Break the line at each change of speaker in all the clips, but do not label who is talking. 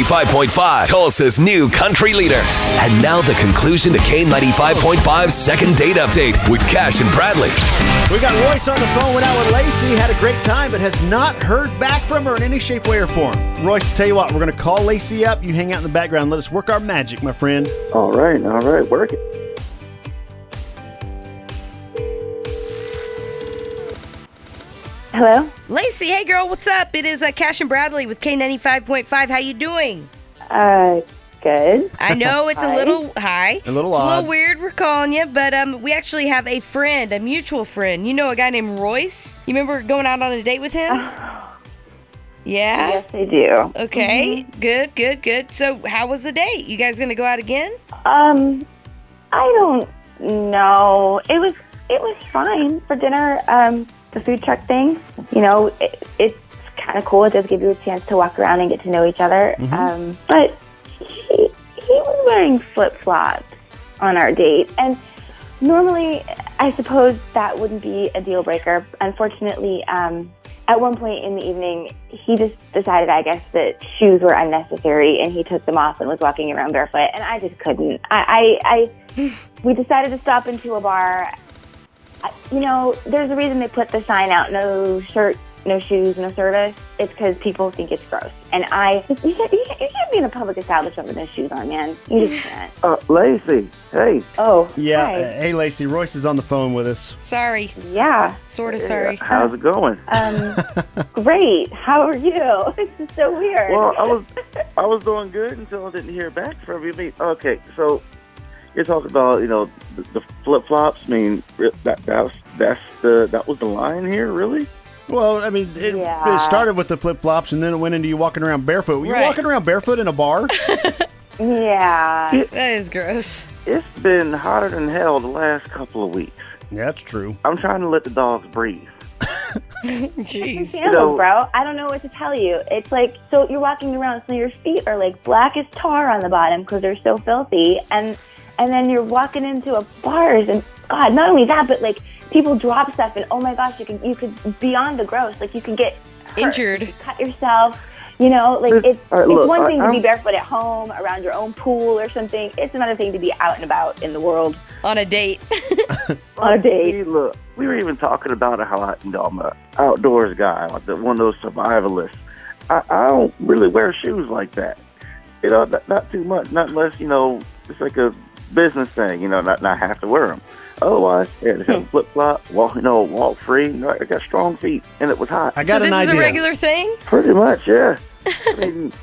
K95.5, Tulsa's new country leader. And now the conclusion to K95.5's second date update with Cash and Bradley.
We got Royce on the phone, went out with Lacey, had a great time, but has not heard back from her in any shape, way, or form. Royce, tell you what, we're going to call Lacey up. You hang out in the background. Let us work our magic, my friend.
All right, all right, work it.
Hello.
Lacey, hey girl, what's up? It is uh, Cash and Bradley with K95.5. How you doing?
Uh, good.
I know it's a
Hi.
little hi.
A little
it's a
odd.
little weird we're calling you, but um we actually have a friend, a mutual friend. You know a guy named Royce? You remember going out on a date with him? yeah.
Yes, I do.
Okay.
Mm-hmm.
Good, good, good. So, how was the date? You guys going to go out again?
Um, I don't know. It was it was fine for dinner. Um, the food truck thing. You know, it, it's kind of cool. It does give you a chance to walk around and get to know each other. Um, but he he was wearing flip flops on our date, and normally, I suppose that wouldn't be a deal breaker. Unfortunately, um, at one point in the evening, he just decided, I guess, that shoes were unnecessary, and he took them off and was walking around barefoot, and I just couldn't. I, I, I we decided to stop into a bar. I, you know, there's a reason they put the sign out: no shirt, no shoes, no service. It's because people think it's gross, and I, you can't, you can't, you can't be in a public establishment with no shoes on, man. You just can't.
Uh, Lacey, hey,
Oh,
Yeah.
hi.
uh, hey, Lacey, Royce is on the phone with us.
Sorry.
yeah.
Sort of sorry.
how's it going?
Um, great. How are you? This is so weird.
Well, I was I was doing good until I didn't hear back from you. I mean, okay, so you're talking about you know the, the flip flops. I mean, re- that that's that's the that was the line here, really.
Well, I mean, it,
Yeah.
it started with the flip flops and then it went into you walking around barefoot. Were you
Right.
walking around barefoot in a bar?
yeah.
That is gross.
It's been hotter than hell the last couple of weeks.
yeah, that's true.
I'm trying to let the dogs breathe.
Jeez.
Sandals,
So-
bro. I don't know what to tell you. It's like so you're walking around, so your feet are like black as tar on the bottom because they're so filthy, and and then you're walking into a bars and God, not only that, but like people drop stuff, and oh my gosh, you can you could beyond the gross, like you could get hurt.
Injured.
You could cut yourself. You know, like
This-
it's
all right,
it's
look,
one
I-
thing to be
I'm-
barefoot at home around your own pool or something. It's another thing to be out and about in the world.
On a date.
on a date.
See, look, we were even talking about it how I, you know, I'm a outdoors guy, like the, one of those survivalists. I, I don't really wear shoes like that. You know, not, not too much, not unless you know it's like a business thing. You know, not not have to wear them. Otherwise, yeah, just have flip flop, walk, you know, walk free. You know, I got strong feet, and it was hot.
I
so
got
this
an
is
idea.
a regular thing?
Pretty much, yeah. I mean,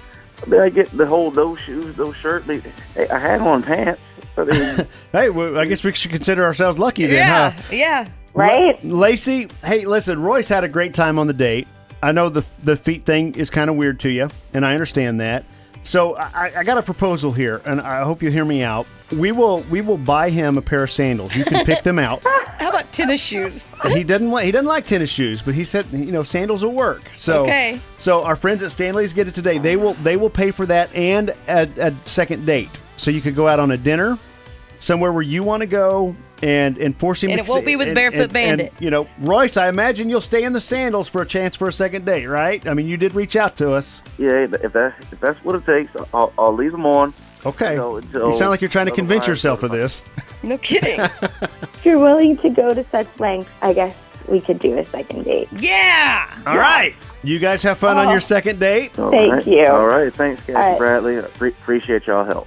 I mean, I get the whole those shoes, those shirt. I mean, hey, I had on pants. I mean,
hey, well, I guess we should consider ourselves lucky then,
yeah.
huh?
Yeah.
Right?
La- Lacey, hey, listen, Royce had a great time on the date. I know the the feet thing is kind of weird to you, and I understand that. So I, I got a proposal here, and I hope you hear me out. We will we will buy him a pair of sandals. You can pick them out.
How about tennis shoes?
he didn't want he didn't like tennis shoes, but he said you know sandals will work. So
Okay.
so our friends at Stanley's get it today. They will they will pay for that and a, a second date. So you could go out on a dinner somewhere where you want to go and and force him.
And
to
it won't be with Barefoot
and- and,
Bandit.
you know, Royce, I imagine you'll stay in the sandals for a chance for a second date, right? I mean, you did reach out to us.
yeah, if that's if that's what it takes, I'll, I'll leave them on.
Okay.
No, no.
you sound like you're trying to convince
Otherwise-
yourself of this.
No kidding.
If you're willing to go to such lengths, I guess we could do a second date.
yeah.
All right. You guys have fun on
Oh.
your second date.
All
Thank
right.
you.
All right. Thanks, Captain
All right.
Bradley. I pre- appreciate y'all help.